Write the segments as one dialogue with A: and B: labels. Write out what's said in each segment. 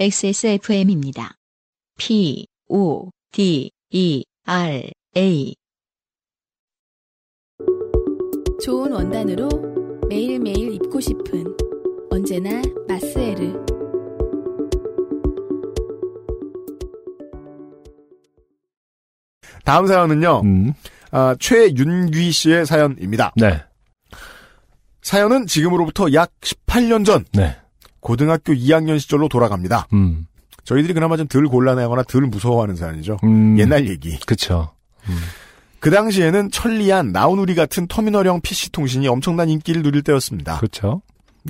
A: XSFM입니다. P, O, D, E, R, A.
B: 좋은 원단으로 매일매일 입고 싶은 언제나 마스에르
C: 다음 사연은요.
D: 음.
C: 아, 최윤귀 씨의 사연입니다.
D: 네.
C: 사연은 지금으로부터 약 18년 전
D: 네.
C: 고등학교 2학년 시절로 돌아갑니다.
D: 음.
C: 저희들이 그나마 좀 덜 곤란해하거나 덜 무서워하는 사연이죠.
D: 음.
C: 옛날 얘기.
D: 그쵸.
C: 그 당시에는 천리안, 나우누리 같은 터미널형 PC 통신이 엄청난 인기를 누릴 때였습니다.
D: 그쵸.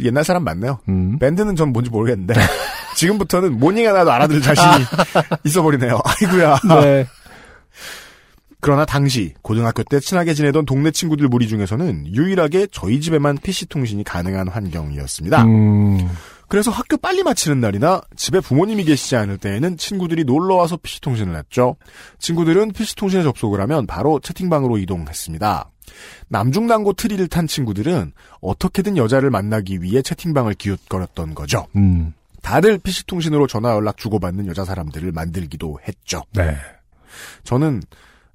C: 옛날 사람 맞네요.
D: 음.
C: 밴드는 전 뭔지 모르겠는데 지금부터는 모닝 하나도 알아들 자신이 있어버리네요. 아이구야.
D: 네.
C: 그러나 당시 고등학교 때 친하게 지내던 동네 친구들 무리 중에서는 유일하게 저희 집에만 PC 통신이 가능한 환경이었습니다.
D: 음.
C: 그래서 학교 빨리 마치는 날이나 집에 부모님이 계시지 않을 때에는 친구들이 놀러 와서 PC 통신을 했죠. 친구들은 PC 통신에 접속을 하면 바로 채팅방으로 이동했습니다. 남중남고 트리를 탄 친구들은 어떻게든 여자를 만나기 위해 채팅방을 기웃거렸던 거죠.
D: 음.
C: 다들 PC 통신으로 전화 연락 주고받는 여자 사람들을 만들기도 했죠.
D: 네.
C: 저는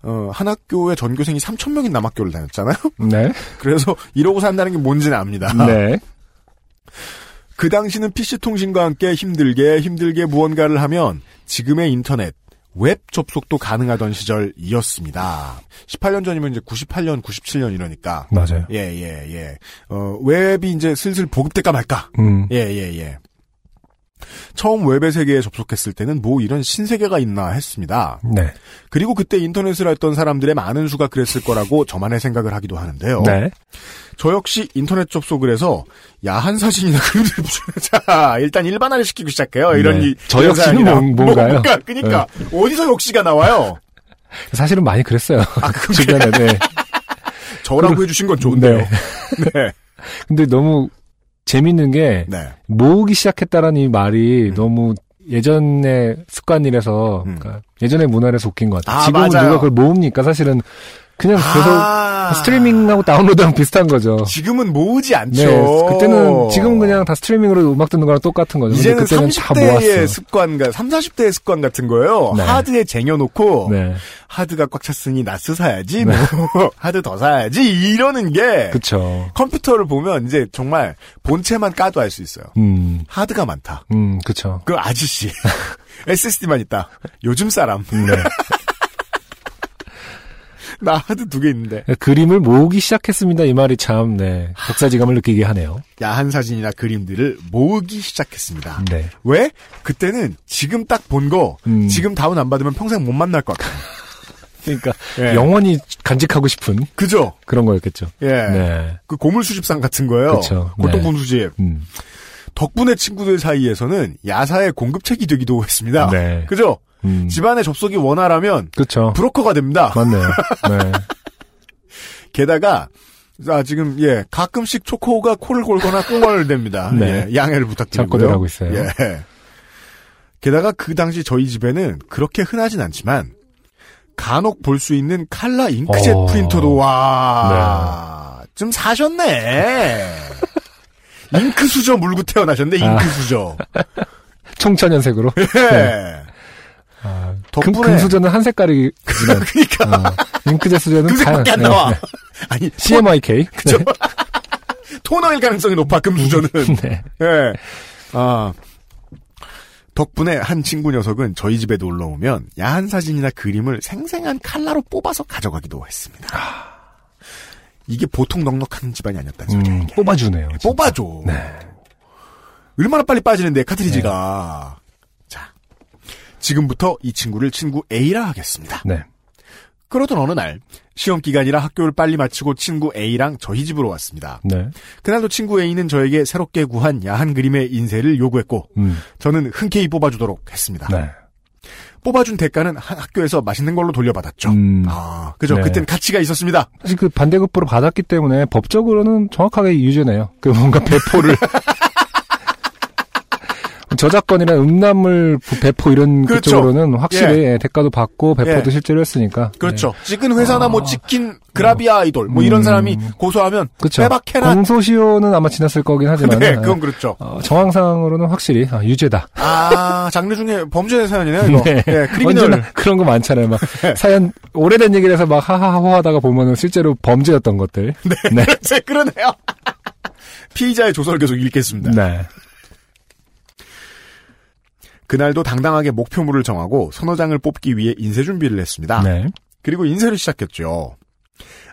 C: 어, 한 학교에 전교생이 3천 명인 남학교를 다녔잖아요.
D: 네.
C: 그래서 이러고 산다는 게 뭔지는 압니다.
D: 네.
C: 그 당시는 PC 통신과 함께 힘들게 힘들게 무언가를 하면 지금의 인터넷 웹 접속도 가능하던 시절이었습니다. 18년 전이면 이제 98년, 97년 이러니까
D: 맞아요.
C: 예, 예, 예. 어, 웹이 이제 슬슬 보급될까 말까.
D: 음.
C: 예, 예, 예. 처음 웹의 세계에 접속했을 때는 뭐 이런 신세계가 있나 했습니다.
D: 네.
C: 그리고 그때 인터넷을 했던 사람들의 많은 수가 그랬을 거라고 저만의 생각을 하기도 하는데요.
D: 네.
C: 저 역시 인터넷 접속을 해서 야한 사진이나 그림들 붙여자 일단 일반화를 시키고 시작해요. 이런
D: 네.
C: 이-
D: 저
C: 이런
D: 역시는
C: 사연이나.
D: 뭔- 뭔가요? 네.
C: 뭔가 그러니까 어디서 역시가 나와요. 아,
D: 사실은 많이 그랬어요. 주변에. 네.
C: 저라고 해주신 건 좋은데요.
D: 네.
C: 네,
D: 근데 너무 재밌는 게
C: 네,
D: 모으기 시작했다라는 이 말이
C: 음.
D: 너무 예전의 습관이라서
C: 음.
D: 그러니까 예전의 문화라서 웃긴 것 같아요.
C: 아,
D: 지금은
C: 맞아요.
D: 누가 그걸 모읍니까? 사실은 그냥 계속
C: 아.
D: 스트리밍하고 다운로드하고 비슷한 거죠.
C: 지금은 모으지 않죠.
D: 네, 그때는 지금 그냥 다 스트리밍으로 음악 듣는 거랑 똑같은 거죠. 근데
C: 이제는
D: 그때는 다 모았어요.
C: 30대의 습관과 3, 40대의 습관 같은 거예요.
D: 네.
C: 하드에 쟁여놓고
D: 네,
C: 하드가 꽉 찼으니 나스 사야지, 뭐, 하드 더 사야지, 이러는 게,
D: 그쵸.
C: 컴퓨터를 보면 이제 정말 본체만 까도 알 수 있어요.
D: 음,
C: 하드가 많다.
D: 음, 그쵸.
C: 그 아저씨. SSD만 있다. 요즘 사람.
D: 네.
C: 나 하드 두 개 있는데.
D: 네, 그림을 모으기 시작했습니다. 이 말이 참, 네, 복사지감을 느끼게 하네요.
C: 야한 사진이나 그림들을 모으기 시작했습니다.
D: 네.
C: 왜? 그때는 지금 딱 본 거,
D: 음.
C: 지금 다운 안 받으면 평생 못 만날 것 같아요.
D: 그러니까
C: 예.
D: 영원히 간직하고 싶은
C: 그죠?
D: 그런 거였겠죠.
C: 예.
D: 네.
C: 그 고물 수집상 같은 거예요.
D: 그쵸.
C: 골동
D: 네.
C: 분수집.
D: 음,
C: 덕분에 친구들 사이에서는 야사의 공급책이 되기도 했습니다.
D: 네.
C: 아, 그죠?
D: 음.
C: 집안의 접속이 원활하면
D: 그쵸.
C: 브로커가 됩니다.
D: 맞네요. 네.
C: 게다가 아 지금 예 가끔씩 초코가 코를 골거나 꽁얼 됩니다.
D: 네.
C: 예, 양해를 부탁드리고요.
D: 잡고들 하고 있어요.
C: 예. 게다가 그 당시 저희 집에는 그렇게 흔하진 않지만 간혹 볼 수 있는 칼라 잉크젯
D: 어. 네.
C: 프린터도 와. 좀 사셨네. 잉크 수저 물고 태어나셨네. 잉크
D: 아.
C: 수저.
D: 청천연색으로.
C: 예.
D: 네. 아, 금,
C: 덕분에
D: 금수저는 한 색깔이,
C: 그러니까
D: 아, 잉크젯 수저는
C: 그 금색밖에 안
D: 다양- 네.
C: 나와. 아니
D: CMYK.
C: 그죠? 토너일 가능성이 높아 금수저는.
D: 네.
C: 예. 아. 덕분에 한 친구 녀석은 저희 집에 놀러 오면 야한 사진이나 그림을 생생한 칼라로 뽑아서 가져가기도 했습니다. 이게 보통 넉넉한 집안이 아니었다는 소리야.
D: 아. 음, 뽑아주네요. 진짜.
C: 뽑아줘. 얼마나 빨리 빠지는데 카트리지가.
D: 네.
C: 자, 지금부터 이 친구를 친구 A라 하겠습니다.
D: 네.
C: 그러던 어느 날 시험 기간이라 학교를 빨리 마치고 친구 A랑 저희 집으로 왔습니다.
D: 네.
C: 그날도 친구 A는 저에게 새롭게 구한 야한 그림의 인쇄를 요구했고
D: 음,
C: 저는 흔쾌히 뽑아주도록 했습니다.
D: 네.
C: 뽑아준 대가는 한 학교에서 맛있는 걸로 돌려받았죠.
D: 음.
C: 아, 그죠.
D: 네.
C: 그땐 가치가 있었습니다.
D: 사실 그 반대급부로 받았기 때문에 법적으로는 정확하게 유죄네요. 그 뭔가 배포를. 저작권이나 음란물 부- 배포 이런
C: 그렇죠.
D: 그쪽으로는 확실히 예, 대가도 받고 배포도
C: 예.
D: 실제로 했으니까.
C: 그렇죠. 찍은 회사나 뭐
D: 아.
C: 찍힌 그라비아 아이돌 뭐 이런
D: 음.
C: 사람이 고소하면
D: 그렇
C: 빼박해라.
D: 공소시효는 아마 지났을 거긴 하지만
C: 네, 그건 그렇죠.
D: 정황상으로는 확실히 아, 유죄다.
C: 아 장르 중에 범죄 사연이네요. 이거.
D: 네.
C: 예, 크리미널. 네.
D: 언제나 그런 거 많잖아요. 막 사연 오래된 얘기를 해서 막 하하하 하다가 보면은 실제로 범죄였던 것들. 네.
C: 제 그러네요. 피의자의 조서를 계속 읽겠습니다.
D: 네.
C: 그날도 당당하게 목표물을 정하고 서너 장을 뽑기 위해 인쇄 준비를 했습니다.
D: 네.
C: 그리고 인쇄를 시작했죠.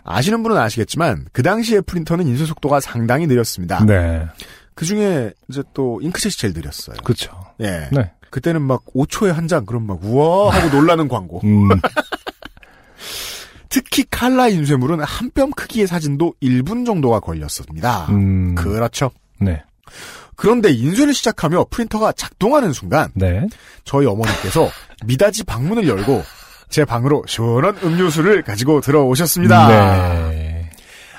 C: 아시는 분은 아시겠지만 그 당시에 프린터는 인쇄 속도가 상당히 느렸습니다.
D: 네.
C: 그 중에 이제 또 잉크젯이 제일 느렸어요.
D: 그렇죠.
C: 예.
D: 네.
C: 그때는 막 5초에 한 장 그럼 막 우와 하고 놀라는 광고.
D: 음.
C: 특히 칼라 인쇄물은 한 뼘 크기의 사진도 1분 정도가 걸렸습니다.
D: 음.
C: 그렇죠.
D: 네.
C: 그런데 인쇄를 시작하며 프린터가 작동하는 순간
D: 네.
C: 저희 어머니께서 미닫이 방문을 열고 제 방으로 시원한 음료수를 가지고 들어오셨습니다.
D: 네.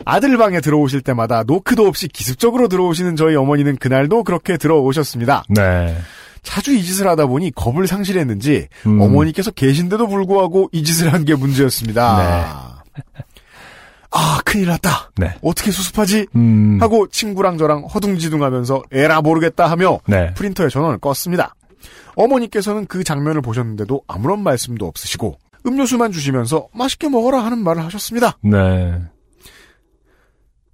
C: 아들 방에 들어오실 때마다 노크도 없이 기습적으로 들어오시는 저희 어머니는 그날도 그렇게 들어오셨습니다.
D: 네.
C: 자주 이 짓을 하다 보니 겁을 상실했는지
D: 음.
C: 어머니께서 계신데도 불구하고 이 짓을 한 게 문제였습니다. 아 큰일 났다.
D: 네.
C: 어떻게 수습하지?
D: 음.
C: 하고 친구랑 저랑 허둥지둥하면서 에라 모르겠다 하며
D: 네.
C: 프린터에 전원을 껐습니다. 어머니께서는 그 장면을 보셨는데도 아무런 말씀도 없으시고 음료수만 주시면서 맛있게 먹어라 하는 말을 하셨습니다.
D: 네.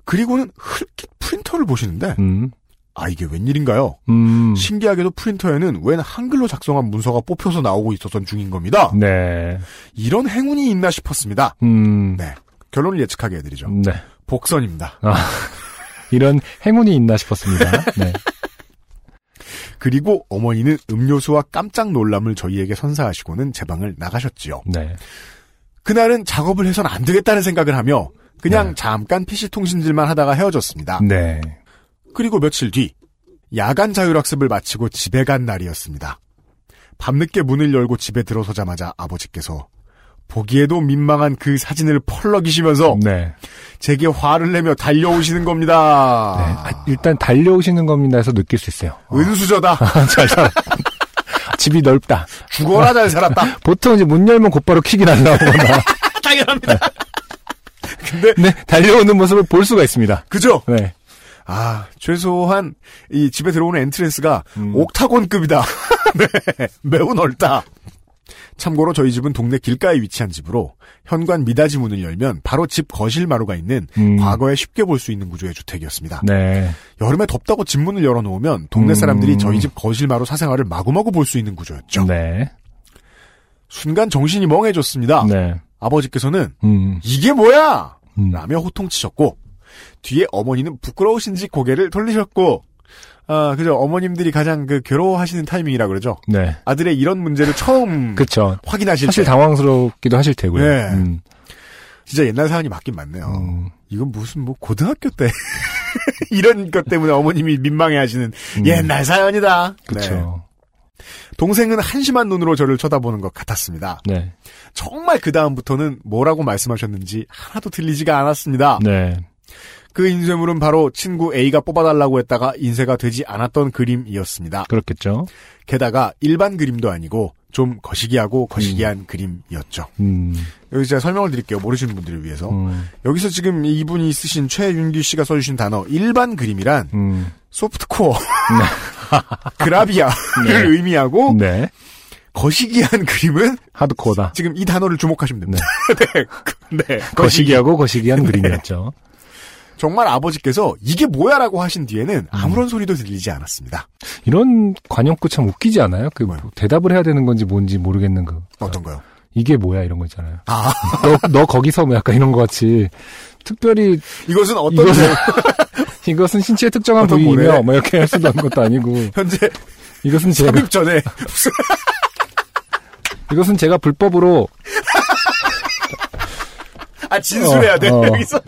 C: 그리고는 흘낏 프린터를 보시는데
D: 음.
C: 아 이게 웬일인가요?
D: 음.
C: 신기하게도 프린터에는 웬 한글로 작성한 문서가 뽑혀서 나오고 있었던 중인 겁니다.
D: 네.
C: 이런 행운이 있나 싶었습니다.
D: 음.
C: 네. 결론을 예측하게 해드리죠.
D: 네.
C: 복선입니다.
D: 이런 행운이 있나 싶었습니다. 네.
C: 그리고 어머니는 음료수와 깜짝 놀람을 저희에게 선사하시고는 제 방을 나가셨지요.
D: 네.
C: 그날은 작업을 해선 안 되겠다는 생각을 하며 그냥
D: 네.
C: 잠깐 PC 통신질만 하다가 헤어졌습니다.
D: 네.
C: 그리고 며칠 뒤 야간 자율학습을 마치고 집에 간 날이었습니다. 밤늦게 문을 열고 집에 들어서자마자 아버지께서 보기에도 민망한 그 사진을 펄럭이시면서
D: 네.
C: 제게 화를 내며 달려오시는 겁니다.
D: 네. 아, 일단 달려오시는 겁니다 해서 느낄 수 있어요. 어,
C: 은수저다.
D: 잘 살아. 집이 넓다.
C: 죽어라 잘 살았다.
D: 보통 이제 문 열면 곧바로 킥이 날라오거나.
C: 당연합니다. 근데
D: 네. 달려오는 모습을 볼 수가 있습니다.
C: 그죠?
D: 네.
C: 아 최소한 이 집에 들어오는 엔트랜스가
D: 음.
C: 옥타곤급이다. 네, 매우 넓다. 참고로 저희 집은 동네 길가에 위치한 집으로 현관 미닫이 문을 열면 바로 집 거실 마루가 있는
D: 음.
C: 과거에 쉽게 볼 수 있는 구조의 주택이었습니다.
D: 네.
C: 여름에 덥다고 집 문을 열어놓으면 동네
D: 음.
C: 사람들이 저희 집 거실 마루 사생활을 마구마구 볼 수 있는 구조였죠.
D: 네.
C: 순간 정신이 멍해졌습니다.
D: 네.
C: 아버지께서는
D: 음.
C: 이게 뭐야!
D: 음.
C: 라며 호통치셨고 뒤에 어머니는 부끄러우신지 고개를 돌리셨고 아 그죠 어머님들이 가장 그 괴로워하시는 타이밍이라 그러죠
D: 네.
C: 아들의 이런 문제를 처음
D: 그쵸.
C: 확인하실
D: 사실
C: 때
D: 당황스럽기도 하실 테고요.
C: 네. 어.
D: 음.
C: 진짜 옛날 사연이 맞긴 맞네요
D: 음.
C: 이건 무슨 뭐 고등학교 때 이런 것 때문에 어머님이 민망해하시는
D: 음.
C: 옛날 사연이다 네.
D: 그쵸.
C: 동생은 한심한 눈으로 저를 쳐다보는 것 같았습니다
D: 네.
C: 정말 그 다음부터는 뭐라고 말씀하셨는지 하나도 들리지가 않았습니다
D: 네.
C: 그 인쇄물은 바로 친구 A가 뽑아달라고 했다가 인쇄가 되지 않았던 그림이었습니다.
D: 그렇겠죠.
C: 게다가 일반 그림도 아니고 좀 거시기하고 거시기한 그림이었죠.
D: 음.
C: 여기 제가 설명을 드릴게요. 모르시는 분들을 위해서.
D: 음.
C: 여기서 지금 이분이 쓰신 최윤규 씨가 써주신 단어 일반 그림이란
D: 음.
C: 소프트코어, 그라비아를 의미하고
D: 네.
C: 거시기한 그림은
D: 하드코어다.
C: 지금 이 단어를 주목하시면 됩니다. 네. 네.
D: 거시기하고 거시기한 그림이었죠.
C: 정말 아버지께서 이게 뭐야라고 하신
D: 음.
C: 뒤에는 아무런 소리도 들리지 않았습니다.
D: 이런 관용구 참 웃기지 않아요? 그
C: 뭐요?
D: 대답을 해야 되는 건지 뭔지 모르겠는 그
C: 어떤가요?
D: 이게 뭐야 이런 거 있잖아요.
C: 아.
D: 너, 너 거기서 뭐 약간 이런 거 같이 특별히
C: 이것은 어떤
D: 이것은 이것은 신체의 특정한
C: 어떤 모래?
D: 부위이며 뭐 이렇게 할 수도 없는 것도 아니고
C: 현재
D: 이것은 제가
C: 삽입 전에
D: 이것은 제가 불법으로
C: 아 진술해야 돼
D: 어, 어.
C: 여기서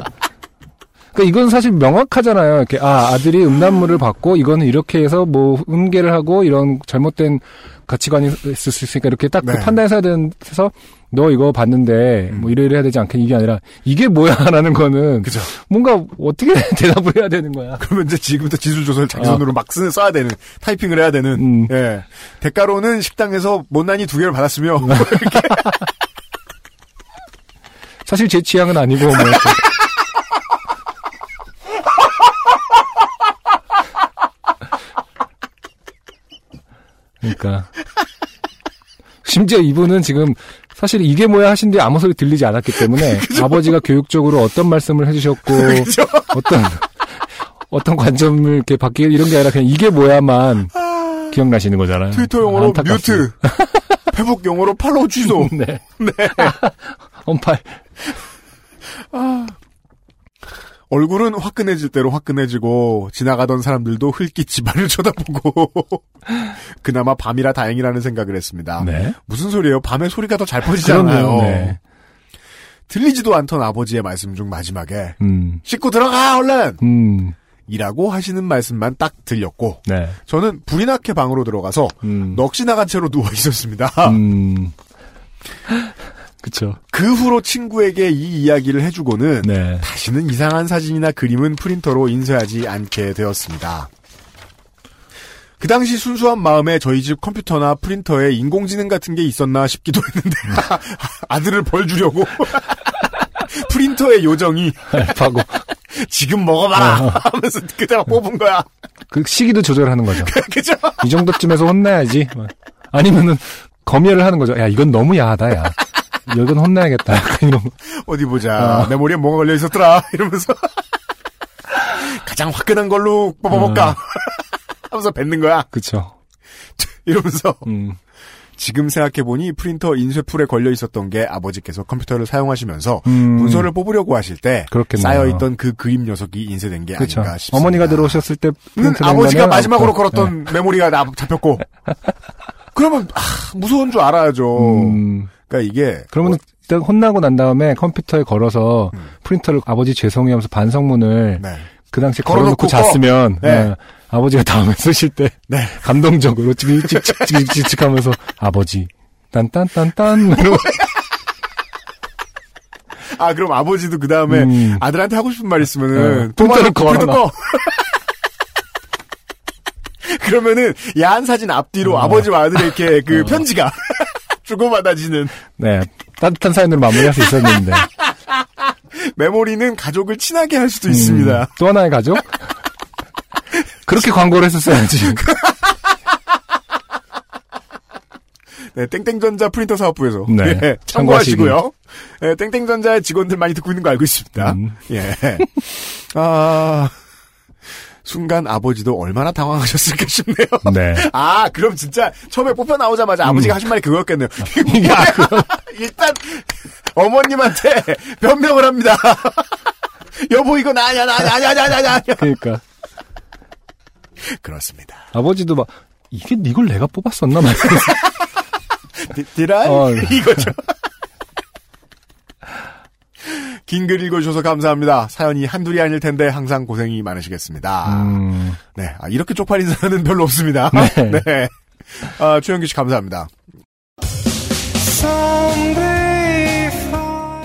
D: 그러니까 이건 사실 명확하잖아요. 이렇게 아 아들이 음란물을 받고 이거는 이렇게 해서 뭐 음계를 하고 이런 잘못된 가치관이 있을 수 있으니까 이렇게 딱 그
C: 네.
D: 판단해서 해야 되는- 해서 너 이거 봤는데
C: 음.
D: 뭐 이래이래 해야 되지 않겠니? 이게 아니라 이게 뭐야라는 거는
C: 그죠.
D: 뭔가 어떻게 대답을 해야 되는 거야.
C: 그러면 이제 지금부터 기술조사를 자기 손으로 막 쓰, 써야 되는, 타이핑을 해야 되는,
D: 음.
C: 예. 대가로는 식당에서 못난이 두 개를 받았으며, 어,
D: 사실 제 취향은 아니고 뭐. 그러니까 심지어 이분은 지금 사실 이게 뭐야 하신 뒤에 아무 소리 들리지 않았기 때문에 아버지가 교육적으로 어떤 말씀을 해주셨고 어떤 어떤 관점을 이렇게 받기 이런 게 아니라 그냥 이게 뭐야만 기억나시는 거잖아요.
C: 아. 트위터 용어로
D: 안타깝습니다.
C: 뮤트, 페북 용어로 팔로우 취소.
D: 네. 언팔.
C: 얼굴은 화끈해질 대로 화끈해지고 지나가던 사람들도 흘끼 집안을 쳐다보고 그나마 밤이라 다행이라는 생각을 했습니다.
D: 네.
C: 무슨 소리예요? 밤에 소리가 더 잘
D: 그러네요.
C: 아, 퍼지잖아요.
D: 네.
C: 들리지도 않던 아버지의 말씀 중 마지막에
D: 음.
C: 씻고 들어가 얼른!
D: 음.
C: 이라고 하시는 말씀만 딱 들렸고
D: 네.
C: 저는 불이 나게 방으로 들어가서
D: 음.
C: 넋이 나간 채로 누워 있었습니다.
D: 음. 그쵸.
C: 그 후로 친구에게 이 이야기를 해주고는
D: 네.
C: 다시는 이상한 사진이나 그림은 프린터로 인쇄하지 않게 되었습니다. 그 당시 순수한 마음에 저희 집 컴퓨터나 프린터에 인공지능 같은 게 있었나 싶기도 했는데
D: 음.
C: 아들을 벌 주려고 프린터의 요정이
D: 알파고.
C: 지금 먹어봐라 하면서 그대로 뽑은 거야.
D: 그 시기도 조절하는 거죠.
C: 그죠?
D: 이 정도쯤에서 혼나야지. 막. 아니면은, 검열을 하는 거죠. 야, 이건 너무 야하다, 야. 이건 혼나야겠다. 약간 이런 거.
C: 어디 보자.
D: 어.
C: 내 머리에 뭐가 걸려 있었더라. 이러면서 가장 화끈한 걸로
D: 음.
C: 뽑아볼까 하면서 뱉는 거야.
D: 그쵸.
C: 이러면서
D: 음.
C: 지금 생각해보니 프린터 인쇄풀에 걸려 있었던 게 아버지께서 컴퓨터를 사용하시면서
D: 음.
C: 문서를 뽑으려고 하실 때
D: 그렇겠네요.
C: 쌓여있던 그 그림 녀석이 인쇄된 게
D: 그쵸.
C: 아닌가 싶습니다.
D: 어머니가 들어오셨을 때.
C: 는
D: 프린트
C: 아버지가
D: 공간을
C: 마지막으로
D: 아무튼- 네.
C: 걸었던 메모리가 나 잡혔고 그러면 아, 무서운 줄 알아야죠.
D: 음.
C: 그러니까 이게
D: 그러면 일단 혼나고 난 다음에 컴퓨터에 걸어서 프린터를 아버지 죄송해 하면서 반성문을
C: 음. 네.
D: 그 당시에
C: 걸어놓고
D: 걸어놓고 잤으면
C: 네.
D: 예, 아버지가 다음에 쓰실 때
C: 네.
D: 감동적으로 찍찍찍찍찍 하면서 아버지 딴딴딴딴 이러고
C: 아 그럼 아버지도 그 다음에
D: 음.
C: 아들한테 하고 싶은 말 있으면은
D: 네. 프린터를
C: 또 말- 프린터
D: 걸어놔.
C: 꺼. 그러면은 야한 사진 앞뒤로 아버지와 아들의 이렇게 그 편지가 주고받아지는
D: 네 따뜻한 사연으로 마무리할 수 있었는데 음,
C: 메모리는 가족을 친하게 할 수도 있습니다.
D: 음, 또 하나의 가족 그렇게 광고를 했었어야지
C: 네, 땡땡전자 프린터 사업부에서
D: 네,
C: 예, 참고하시고요. 예, 땡땡전자의 직원들 많이 듣고 있는 거 알고 있습니다.
D: 음.
C: 예. 아 순간 아버지도 얼마나 당황하셨을까 싶네요.
D: 네
C: 아, 그럼 진짜 처음에 뽑혀 나오자마자 아버지가 하신 말이 그거였겠네요. 이게 뭐야? 일단 어머님한테 변명을 합니다. 여보 이거 나 아니야 나 아니야 아니야 아니야 아니야, 아니야.
D: 그러니까
C: 그렇습니다.
D: 아버지도 막 이게 이걸 내가 뽑았었나 막 이러면서.
C: 디- 디라이
D: 어.
C: 이거죠. 긴 글 읽어주셔서 감사합니다. 사연이 한둘이 아닐 텐데 항상 고생이 많으시겠습니다.
D: 음,
C: 네, 아, 이렇게 쪽팔린 사연은 별로 없습니다.
D: 네.
C: 네. 아, 최영기 씨 감사합니다.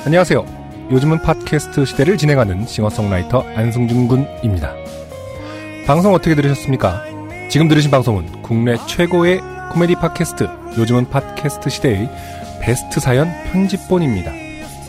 D: 안녕하세요 요즘은 팟캐스트 시대를 진행하는 싱어송라이터 안승준 군입니다 방송 어떻게 들으셨습니까? 지금 들으신 방송은 국내 최고의 코미디 팟캐스트 요즘은 팟캐스트 시대의 베스트 사연 편집본입니다.